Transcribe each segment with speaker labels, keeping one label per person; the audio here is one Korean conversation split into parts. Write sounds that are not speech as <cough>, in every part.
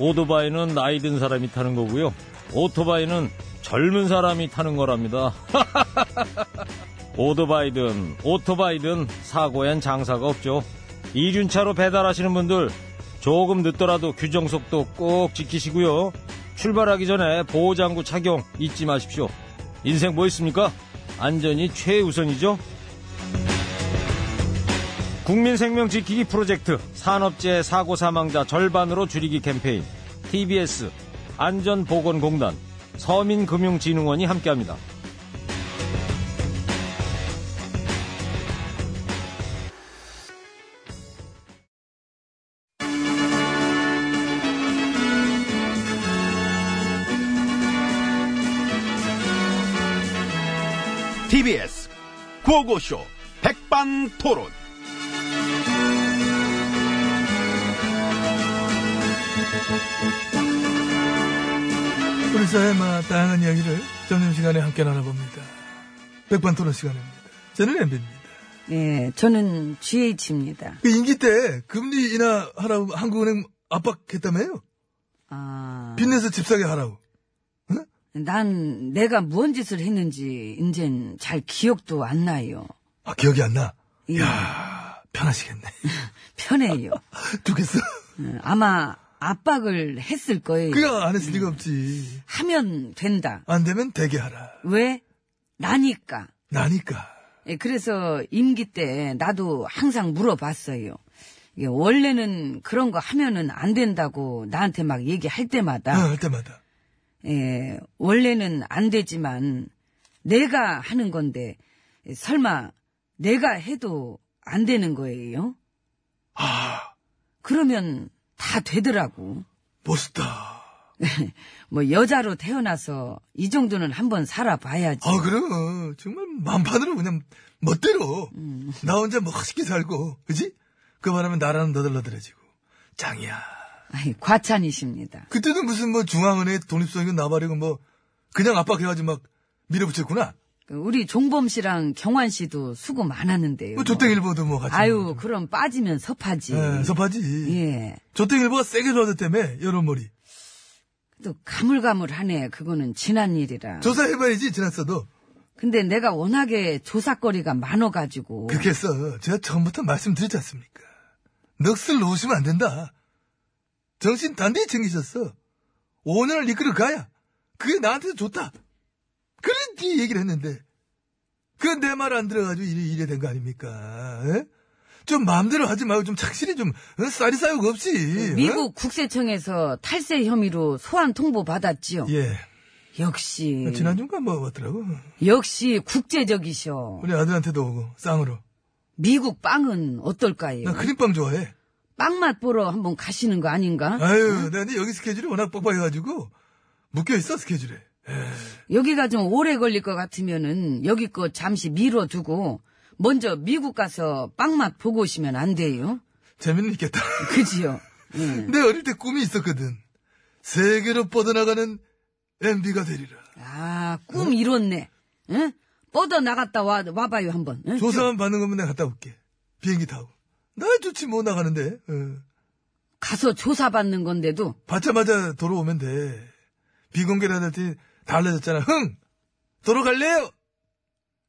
Speaker 1: 오토바이는 나이 든 사람이 타는 거고요. 오토바이는 젊은 사람이 타는 거랍니다. <laughs> 오토바이든 오토바이든 사고엔 장사가 없죠. 이륜차로 배달하시는 분들 조금 늦더라도 규정 속도 꼭 지키시고요. 출발하기 전에 보호장구 착용 잊지 마십시오. 인생 뭐 있습니까? 안전이 최우선이죠. 국민 생명 지키기 프로젝트 산업재해 사고 사망자 절반으로 줄이기 캠페인 TBS 안전보건공단 서민금융진흥원이 함께합니다.
Speaker 2: TBS 구호고쇼 백반토론.
Speaker 3: 우리 사회의 마- 다양한 이야기를 점심시간에 함께 나눠봅니다. 백반토론 시간입니다. 저는 엠비입니다.
Speaker 4: 네, 저는 GH입니다.
Speaker 3: 그 임기 때 금리 인하 하라고 한국은행 압박했다며요?
Speaker 4: 아,
Speaker 3: 빚내서 집 사게 하라고.
Speaker 4: 난 내가 뭔 짓을 했는지 이젠 잘 기억도 안 나요.
Speaker 3: 아, 기억이 안 나.
Speaker 4: 예,
Speaker 3: 아, 편하시겠네. <laughs>
Speaker 4: 편해요.
Speaker 3: 두겠어.
Speaker 4: 어, 아마 압박을 했을 거예요.
Speaker 3: 그냥 안 했을 리가 없지.
Speaker 4: 하면 된다.
Speaker 3: 안 되면 되게 하라.
Speaker 4: 왜? 나니까.
Speaker 3: 나니까.
Speaker 4: 예, 그래서 임기 때 나도 항상 물어봤어요. 이게 원래는 그런 거 하면은 안 된다고 나한테 막 얘기할
Speaker 3: 어,
Speaker 4: 때마다
Speaker 3: 할 때마다.
Speaker 4: 예, 원래는 안 되지만 내가 하는 건데 설마 내가 해도 안 되는 거예요? 아. 그러면 다 되더라고.
Speaker 3: 멋있다. 아,
Speaker 4: 뭐 여자로 태어나서 이 정도는 한번 살아봐야지.
Speaker 3: 그럼. 정말 만판으로 그냥 멋대로. 나 혼자 멋있게 살고. 그지? 그 바람에 나라는 너덜너덜해지고. 짱이야.
Speaker 4: 아이, 과찬이십니다.
Speaker 3: 그때도 무슨 뭐 중앙은행 독립성이고 나발이고 뭐 그냥 압박해가지고 막 밀어붙였구나.
Speaker 4: 그 우리 종범 씨랑 경환 씨도 수고 많았는데요.
Speaker 3: 뭐 조땡일보도 뭐 같이.
Speaker 4: 예. 아유, 그럼 빠지면 네, 섭하지.
Speaker 3: 예, 섭하지.
Speaker 4: 예.
Speaker 3: 조땡일보가 세게 좋아졌다며 여론몰이.
Speaker 4: 또 가물가물하네. 그거는 지난 일이라.
Speaker 3: 조사해봐야지 지났어도.
Speaker 4: 근데 내가 워낙에 조사거리가 많아가지고.
Speaker 3: 그렇게 해서 제가 처음부터 말씀드리지 않습니까. 넋을 놓으시면 안 된다. 정신 단단히 챙기셨어. 5년을 이끌어 가야 그게 나한테도 좋다. 그런 네 얘기를 했는데 그 내 말 안 들어가지고 이래, 이래 된 거 아닙니까? 에? 좀 마음대로 하지 말고 좀 착실히 좀 어? 싸리싸욕 없이 어?
Speaker 4: 미국 국세청에서 탈세 혐의로 소환 통보 받았지요.
Speaker 3: 예
Speaker 4: 역시
Speaker 3: 지난주인가 뭐 왔더라고
Speaker 4: 역시 국제적이셔.
Speaker 3: 우리 아들한테도 오고 쌍으로
Speaker 4: 미국 빵은 어떨까요?
Speaker 3: 나 크림빵 좋아해
Speaker 4: 빵맛 보러 한번 가시는 거 아닌가?
Speaker 3: 아유 내가 근데 여기 스케줄이 워낙 빡빡해가지고 묶여있어 스케줄에
Speaker 4: 여기가 좀 오래 걸릴 것 같으면은 여기 거 잠시 미뤄두고 먼저 미국 가서 빵맛 보고 오시면 안 돼요?
Speaker 3: 재미는 있겠다
Speaker 4: 음. 그지요? 예.
Speaker 3: 내 어릴 때 꿈이 있었거든. 세계로 뻗어나가는 MB가 되리라.
Speaker 4: 아, 꿈 이뤘네. 응? 뻗어 나갔다 와, 와봐요, 한번. 응?
Speaker 3: 조사만 받는 거면 내가 갔다 올게. 비행기 타고. 나 좋지 뭐 나가는데. 어.
Speaker 4: 가서 조사받는 건데도
Speaker 3: 받자마자 돌아오면 돼. 비공개를 하더니 달라졌잖아. 흥! 돌아갈래요!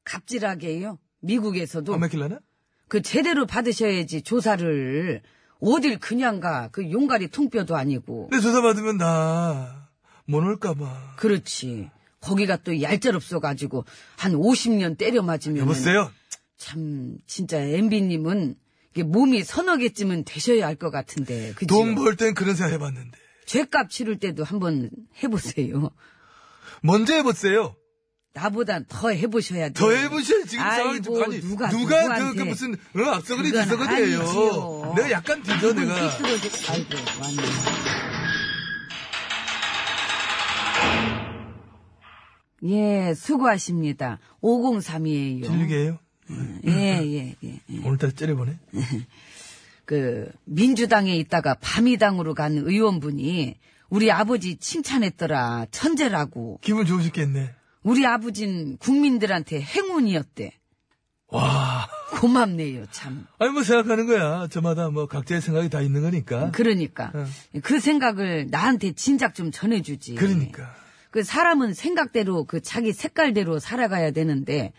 Speaker 4: 갑질하게요. 미국에서도.
Speaker 3: 안 막힐라나?
Speaker 4: 그 제대로 받으셔야지 조사를. 어딜 그냥 가. 그
Speaker 3: 네.
Speaker 4: 용가리 통뼈도 아니고.
Speaker 3: 근데 조사받으면 나, 못 올까봐.
Speaker 4: 그렇지. 거기가 또 얄짤없어가지고 한 50년 때려 맞으면
Speaker 3: 여보세요?
Speaker 4: 참 진짜 MB님은 몸이 서너 개쯤은 되셔야 할 것 같은데 그죠?
Speaker 3: 돈 벌 땐 그런 생각 해봤는데.
Speaker 4: 죄값 치를 때도 한번 해보세요.
Speaker 3: 먼저 해보세요.
Speaker 4: 나보다 더 해보셔야 돼요.
Speaker 3: 더 해보셔야 지금 상황이 좀
Speaker 4: 아이고,
Speaker 3: 아니 누가,
Speaker 4: 누가,
Speaker 3: 그, 그
Speaker 4: 누구한테.
Speaker 3: 무슨 어, 앞서거리
Speaker 4: 그건
Speaker 3: 뒤서거리예요.
Speaker 4: 아니지요.
Speaker 3: 내가 약간 뒤져
Speaker 4: 아이고,
Speaker 3: 내가.
Speaker 4: 삐뚤어져. 아이고, 왔네. 예, 수고하십니다. 503이에요.
Speaker 3: 16이에요?
Speaker 4: 예, 예, 예. 예.
Speaker 3: 오늘따라 째려보네.
Speaker 4: 그 민주당에 있다가 밤이당으로 간 의원분이 우리 아버지 칭찬했더라 천재라고
Speaker 3: 기분 좋으셨겠네.
Speaker 4: 우리 아버진 국민들한테 행운이었대
Speaker 3: 와.
Speaker 4: 고맙네요 참
Speaker 3: 아니 뭐 생각하는 거야. 저마다 뭐 각자의 생각이 다 있는 거니까.
Speaker 4: 그러니까 그 생각을 나한테 진작 좀 전해주지
Speaker 3: 그러니까.
Speaker 4: 그 사람은 생각대로 그 자기 색깔대로 살아가야 되는데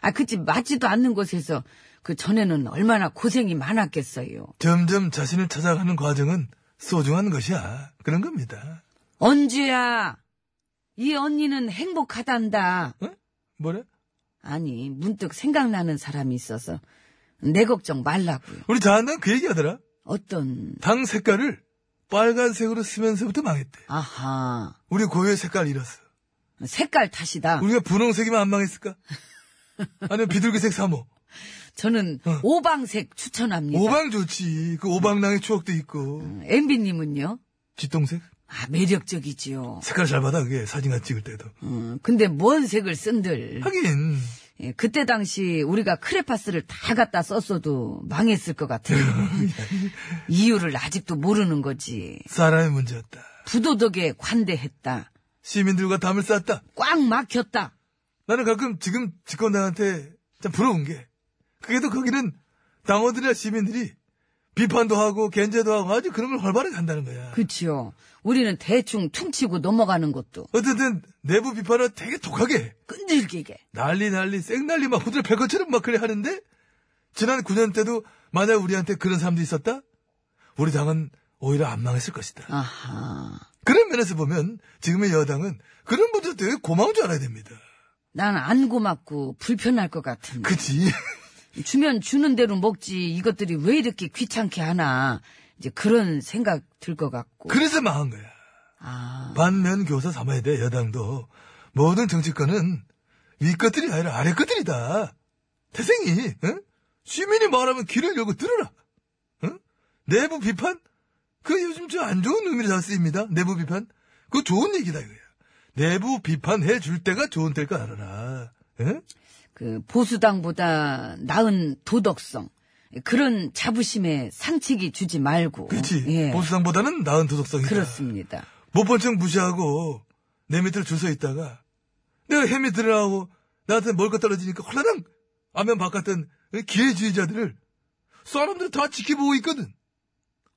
Speaker 4: 아 그치 맞지도 않는 곳에서 그 전에는 얼마나 고생이 많았겠어요
Speaker 3: 점점 자신을 찾아가는 과정은 소중한 것이야. 그런 겁니다.
Speaker 4: 언주야 이 언니는 행복하단다
Speaker 3: 뭐래?
Speaker 4: 아니, 문득 생각나는 사람이 있어서 내 걱정 말라고요.
Speaker 3: 우리 자한당 그 얘기하더라.
Speaker 4: 어떤
Speaker 3: 당 색깔을 빨간색으로 쓰면서부터 망했대.
Speaker 4: 아하
Speaker 3: 우리 고유의 색깔 잃었어.
Speaker 4: 색깔 탓이다.
Speaker 3: 우리가 분홍색이면 안 망했을까? 아니면 비둘기색 사모.
Speaker 4: 저는
Speaker 3: 어.
Speaker 4: 오방색 추천합니다.
Speaker 3: 오방 좋지. 그
Speaker 4: 음.
Speaker 3: 오방랑의 추억도 있고.
Speaker 4: 엠비님은요?
Speaker 3: 쥐똥색?
Speaker 4: 아 매력적이지요.
Speaker 3: 색깔 잘 받아, 그게. 사진관 찍을 때도.
Speaker 4: 음, 근데 뭔 색을 쓴들?
Speaker 3: 하긴.
Speaker 4: 예, 그때 당시 우리가 크레파스를 다 갖다 썼어도 망했을 것 같아요. 이유를 아직도 모르는 거지.
Speaker 3: 사람의 문제였다.
Speaker 4: 부도덕에 관대했다.
Speaker 3: 시민들과 담을 쌓았다.
Speaker 4: 꽉 막혔다.
Speaker 3: 나는 가끔 지금 집권당한테 참 부러운 게 그게도 거기는 당원들이나 시민들이 비판도 하고 견제도 하고 아주 그런 걸 활발하게 한다는 거야.
Speaker 4: 그치요. 우리는 대충 퉁치고 넘어가는 것도
Speaker 3: 어쨌든 내부 비판을 되게 독하게 해.
Speaker 4: 끈질기게.
Speaker 3: 난리 난리 생난리 막 후드려 팰 것처럼 막 그래 하는데 지난 9년 때도 만약 우리한테 그런 사람도 있었다? 우리 당은 오히려 안 망했을 것이다.
Speaker 4: 아하.
Speaker 3: 그런 면에서 보면 지금의 여당은 그런 분들 되게 고마운 줄 알아야 됩니다.
Speaker 4: 난 안 고맙고 불편할 것 같은. 데
Speaker 3: 그치? <laughs>
Speaker 4: 주면 주는 대로 먹지. 이것들이 왜 이렇게 귀찮게 하나. 이제 그런 생각 들 것 같고.
Speaker 3: 그래서 망한 거야.
Speaker 4: 아,
Speaker 3: 반면 교사 삼아야 돼, 여당도. 모든 정치권은 윗것들이 아니라 아랫것들이다. 태생이, 응? 시민이 말하면 귀를 열고 들어라. 응? 내부 비판? 그 요즘 저 안 좋은 의미로 잘 쓰입니다. 내부 비판. 그거 좋은 얘기다, 이거야. 내부 비판해 줄 때가 좋은 때일 거 알아라. 응?
Speaker 4: 그 보수당보다 나은 도덕성. 그런 자부심에 상책이 주지 말고.
Speaker 3: 그치.
Speaker 4: 예.
Speaker 3: 보수당보다는 나은 도덕성이다.
Speaker 4: 그렇습니다.
Speaker 3: 못 본 척 무시하고 내 밑으로 줄 서 있다가 내가 햄이 들어가고 나한테 뭘까 떨어지니까 헐라당 안면 바깥은 기회주의자들을 사람들 다 지켜보고 있거든.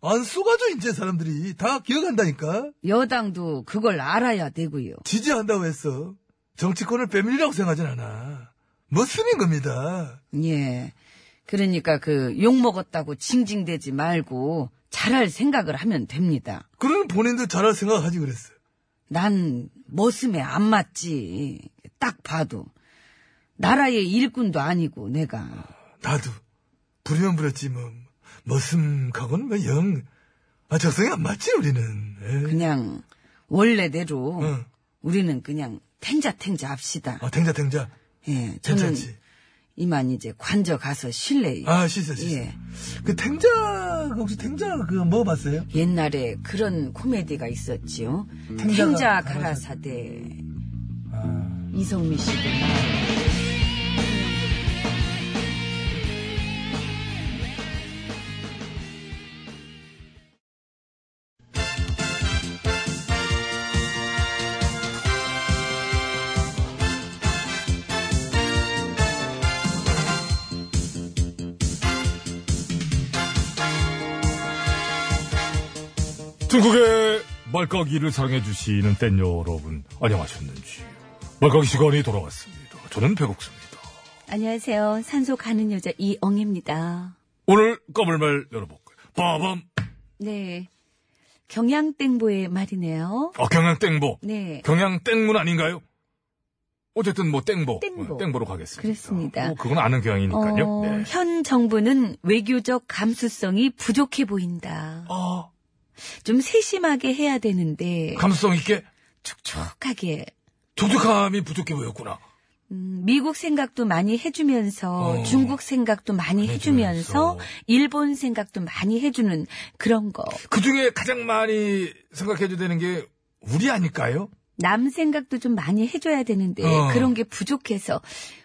Speaker 3: 안 쏘가져 이제 사람들이 다 기억한다니까.
Speaker 4: 여당도 그걸 알아야 되고요.
Speaker 3: 지지한다고 했어. 정치권을 빼밀리라고 생각하진 않아. 머슴인 겁니다.
Speaker 4: 예. 그러니까 그 욕 먹었다고 징징대지 말고 잘할 생각을 하면 됩니다.
Speaker 3: 그러는 본인들 잘할 생각하지 그랬어.
Speaker 4: 난 머슴에 안 맞지. 딱 봐도. 나라의 일꾼도 아니고, 내가.
Speaker 3: 나도 부리면 부렸지 뭐 머슴하고는 뭐영 아, 적성이 안 맞지 우리는. 에이.
Speaker 4: 그냥, 원래대로,
Speaker 3: 응.
Speaker 4: 우리는 그냥 탱자탱자 합시다.
Speaker 3: 아, 탱자, 탱자.
Speaker 4: 예, 저는
Speaker 3: 괜찮지.
Speaker 4: 이만 이제 관저 가서 쉴래요.
Speaker 3: 아, 씻어, 씻어.
Speaker 4: 예.
Speaker 3: 그 탱자, 혹시 탱자 그거 먹어봤어요?
Speaker 4: 옛날에 그런 코미디가 있었지요.
Speaker 3: 탱자가
Speaker 4: 탱자
Speaker 3: 음, 가라사대. 아.
Speaker 4: 가라사대. 이성미 씨도 나오고.
Speaker 5: 중국의 말까기를 사랑해주시는 팬 여러분, 안녕하셨는지. 말까기 시간이 돌아왔습니다. 저는 배국수입니다.
Speaker 6: 안녕하세요. 산소 가는 여자 이엉입니다.
Speaker 5: 오늘 까불말 열어볼까요? 빠밤!
Speaker 6: 네. 경양땡보의 말이네요.
Speaker 5: 아, 경양 땡보.
Speaker 6: 네.
Speaker 5: 경양 땡문 아닌가요?
Speaker 3: 어쨌든 뭐 땡보.
Speaker 4: 땡보.
Speaker 3: 어, 땡보로 가겠습니다.
Speaker 4: 그렇습니다.
Speaker 3: 뭐 그건 아는 경향이니까요.
Speaker 4: 어,
Speaker 3: 네.
Speaker 4: 현 정부는 외교적 감수성이 부족해 보인다.
Speaker 3: 아,
Speaker 4: 좀 세심하게 해야 되는데
Speaker 3: 감수성 있게
Speaker 4: 촉촉하게
Speaker 3: 촉촉함이 부족해 보였구나.
Speaker 4: 음, 미국 생각도 많이 해주면서
Speaker 3: 어.
Speaker 4: 중국 생각도 많이
Speaker 3: 해주면서.
Speaker 4: 해주면서 일본 생각도 많이 해주는 그런 거.
Speaker 3: 그 중에 가장 많이 생각해줘야 되는 게 우리 아닐까요?
Speaker 4: 남 생각도 좀 많이 해줘야 되는데
Speaker 3: 어.
Speaker 4: 그런 게 부족해서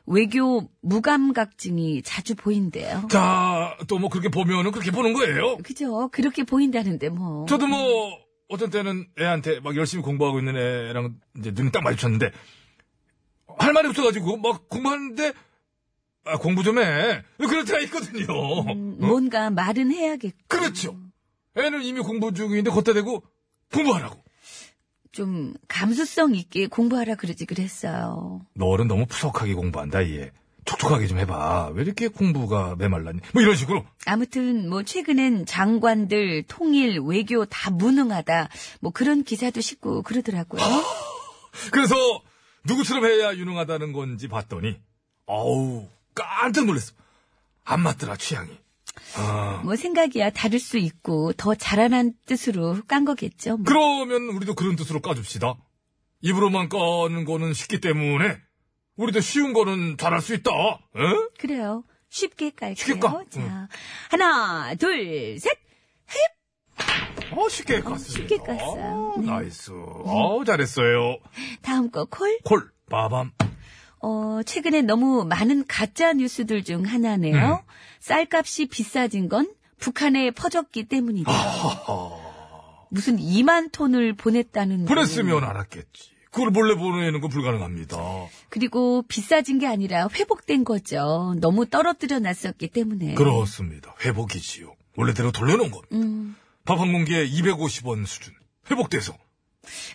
Speaker 4: 외교 무감각증이 자주 보인대요.
Speaker 3: 자, 또 뭐 그렇게 보면은 그렇게 보는 거예요.
Speaker 4: 그죠? 그렇게 보인다는데 뭐.
Speaker 3: 저도 뭐 어떤 때는 애한테 막 열심히 공부하고 있는 애랑 이제 눈이 딱 마주쳤는데 할 말이 없어가지고 막 공부하는데 아, 공부 좀 해. 그럴 때가 있거든요.
Speaker 4: 음,
Speaker 3: 어?
Speaker 4: 뭔가 말은 해야겠.
Speaker 3: 그렇죠. 애는 이미 공부 중인데 걷다 대고 공부하라고.
Speaker 4: 좀 감수성 있게 공부하라 그러지 그랬어요.
Speaker 3: 너는 너무 푸석하게 공부한다 얘. 촉촉하게 좀 해봐. 왜 이렇게 공부가 메말랐니? 뭐 이런 식으로.
Speaker 4: 아무튼 뭐 최근엔 장관들 통일 외교 다 무능하다 뭐 그런 기사도 싣고 그러더라고요.
Speaker 3: 그래서 누구처럼 해야 유능하다는 건지 봤더니 어우 깜짝 놀랐어. 안 맞더라 취향이. 아.
Speaker 4: 뭐 생각이야 다를 수 있고 더 잘하는 뜻으로 깐 거겠죠. 뭐.
Speaker 3: 그러면 우리도 그런 뜻으로 까줍시다. 입으로만 까는 거는 쉽기 때문에 우리도 쉬운 거는 잘할 수 있다. 에?
Speaker 4: 그래요. 쉽게 깔게요.
Speaker 3: 쉽게 까.
Speaker 4: 어, 자,
Speaker 3: 응.
Speaker 4: 하나, 둘, 셋.
Speaker 3: 어 쉽게 깠습니다.
Speaker 4: 쉽게 깠어요.
Speaker 3: 어, 나이스. 어 잘했어요.
Speaker 4: 다음 거 콜.
Speaker 3: 콜 빠밤.
Speaker 4: 어, 최근에 너무 많은 가짜 뉴스들 중 하나네요. 쌀값이 비싸진 건 북한에 퍼졌기 때문이다. 무슨 2만 톤을 보냈다는
Speaker 3: 보냈으면 알았겠지. 그걸 몰래 보내는 건 불가능합니다.
Speaker 4: 그리고 비싸진 게 아니라 회복된 거죠. 너무 떨어뜨려 놨었기 때문에.
Speaker 3: 음. 그렇습니다. 회복이지요. 원래대로 돌려놓은 겁니다.
Speaker 4: 음.
Speaker 3: 밥 한 공기에 250원 수준. 회복돼서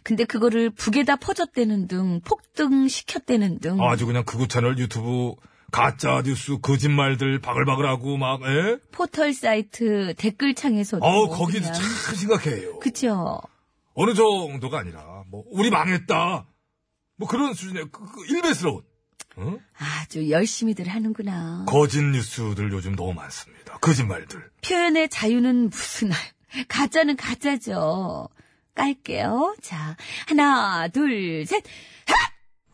Speaker 4: 근데 그거를 북에다 퍼졌다는 등 폭등시켰다는 등
Speaker 3: 아주 그냥 극우 채널 유튜브 가짜 뉴스 거짓말들 바글바글하고 막 에?
Speaker 4: 포털 사이트 댓글창에서도
Speaker 3: 어우 거기도
Speaker 4: 뭐 그냥.
Speaker 3: 참 심각해요.
Speaker 4: 그쵸.
Speaker 3: 어느 정도가 아니라 뭐 우리 망했다 뭐 그런 수준의 그, 그 일배스러운 응?
Speaker 4: 아주 열심히들 하는구나.
Speaker 3: 거짓 뉴스들 요즘 너무 많습니다. 거짓말들.
Speaker 4: 표현의 자유는 무슨 가짜는 가짜죠. 깔게요. 자, 하나, 둘, 셋.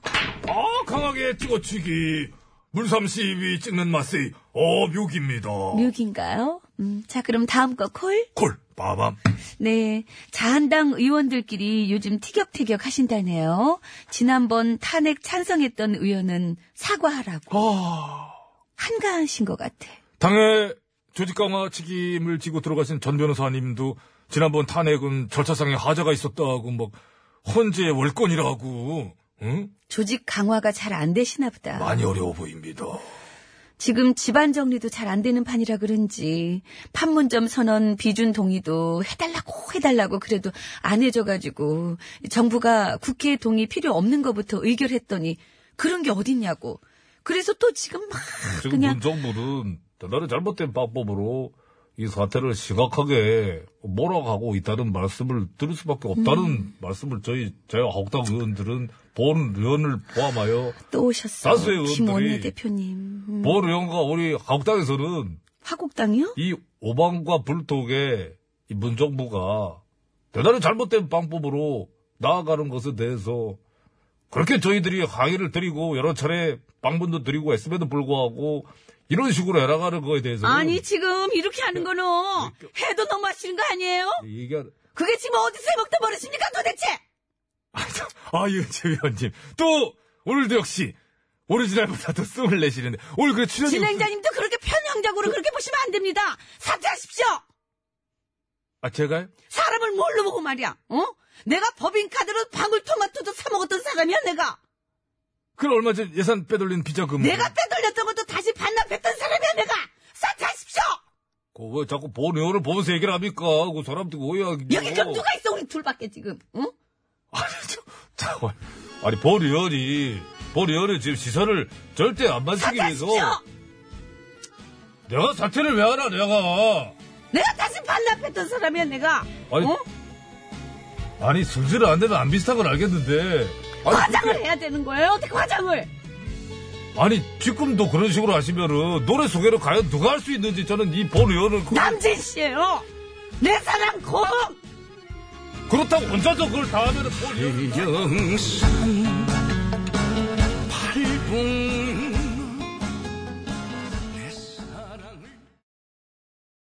Speaker 3: 아 강하게 찍어치기 물삼십이 찍는 맛이 어 묘기입니다.
Speaker 4: 뮤기인가요? 음, 자, 그럼 다음 거 콜.
Speaker 3: 콜 빠밤.
Speaker 4: 네. 자한당 의원들끼리 요즘 티격태격 하신다네요. 지난번 탄핵 찬성했던 의원은 사과하라고.
Speaker 3: 아
Speaker 4: 한가하신 것 같아.
Speaker 3: 당의 조직 강화 책임을 지고 들어가신 전 변호사님도 지난번 탄핵은 절차상의 하자가 있었다고 막 헌재의 월권이라고 응?
Speaker 4: 조직 강화가 잘 안 되시나 보다.
Speaker 3: 많이 어려워 보입니다.
Speaker 4: 지금 집안 정리도 잘 안 되는 판이라 그런지 판문점 선언 비준 동의도 해달라고 해달라고 그래도 안 해줘가지고 정부가 국회 동의 필요 없는 것부터 의결했더니 그런 게 어딨냐고. 그래서 또 지금 막
Speaker 3: 지금
Speaker 4: 그냥
Speaker 3: 문 정부는 대단히 잘못된 방법으로 이 사태를 심각하게 몰아가고 있다는 말씀을 들을 수밖에 없다는
Speaker 4: 음.
Speaker 3: 말씀을 저희 자유한국당 의원들은 본 의원을 포함하여
Speaker 4: 또
Speaker 3: 다수의
Speaker 4: 오셨어요.
Speaker 3: 의원들이- 뭐?
Speaker 4: 김원내 대표님. 음.
Speaker 3: 본 의원과 우리 한국당에서는
Speaker 4: 화곡당이요?
Speaker 3: 이 오방과 불독의 이 문정부가 대단히 잘못된 방법으로 나아가는 것에 대해서 그렇게 저희들이 항의를 드리고 여러 차례 방문도 드리고 했음에도 불구하고 이런 식으로 해나가는 거에 대해서는
Speaker 4: 아니 지금 이렇게 하는 거는
Speaker 3: 그러니까.
Speaker 4: 해도 너무 하시는 거 아니에요?
Speaker 3: 얘기하는
Speaker 4: 그게 지금 어디서 해먹다 버릇입니까 도대체?
Speaker 3: 아, 윤재 위원님. 또, 오늘도 역시, 오리지널보다 더 숨을 내시는데, 오늘 그 출연이.
Speaker 4: 진행자님도 그렇게 편향적으로 그렇게 보시면 안 됩니다. 사퇴하십시오.
Speaker 3: 아, 제가요?
Speaker 4: 사람을 뭘로 보고 말이야. 어? 내가 법인카드로 방울토마토도 사 먹었던 사람이야 내가.
Speaker 3: 그 얼마 전 예산 빼돌린 비자금.
Speaker 4: 내가 빼돌렸던 것도 다시 반납했던 사람이야 내가. 사퇴하십시오.
Speaker 3: 그왜 자꾸 본 의원을 보면서 얘기를 합니까? 그 사람들 오해하기.
Speaker 4: 여기 그럼 누가 있어 우리 둘밖에 지금. 응?
Speaker 3: 아니, 저, 잠깐만. 아니, 본 의원이, 본 의원이 지금 시선을 절대 안 만지기 위해서.
Speaker 4: 사퇴하십시오.
Speaker 3: 내가 사퇴를 왜 하나, 내가.
Speaker 4: 내가 다시 반납했던 사람이야 내가.
Speaker 3: 아니,
Speaker 4: 어?
Speaker 3: 아니, 승질을 안 내면 안 비슷한 건 알겠는데, 아니,
Speaker 4: 화장을
Speaker 3: 그게-
Speaker 4: 해야 되는 거예요? 어떻게 화장을?
Speaker 3: 아니 지금도 그런 식으로 하시면은 노래 소개를 과연 누가 할 수 있는지 저는 이 본 의원을 그,
Speaker 4: 남진 씨예요. 내 사랑 곰.
Speaker 3: 그렇다고 혼자서 그걸 다 하면은 본 의원
Speaker 7: 영산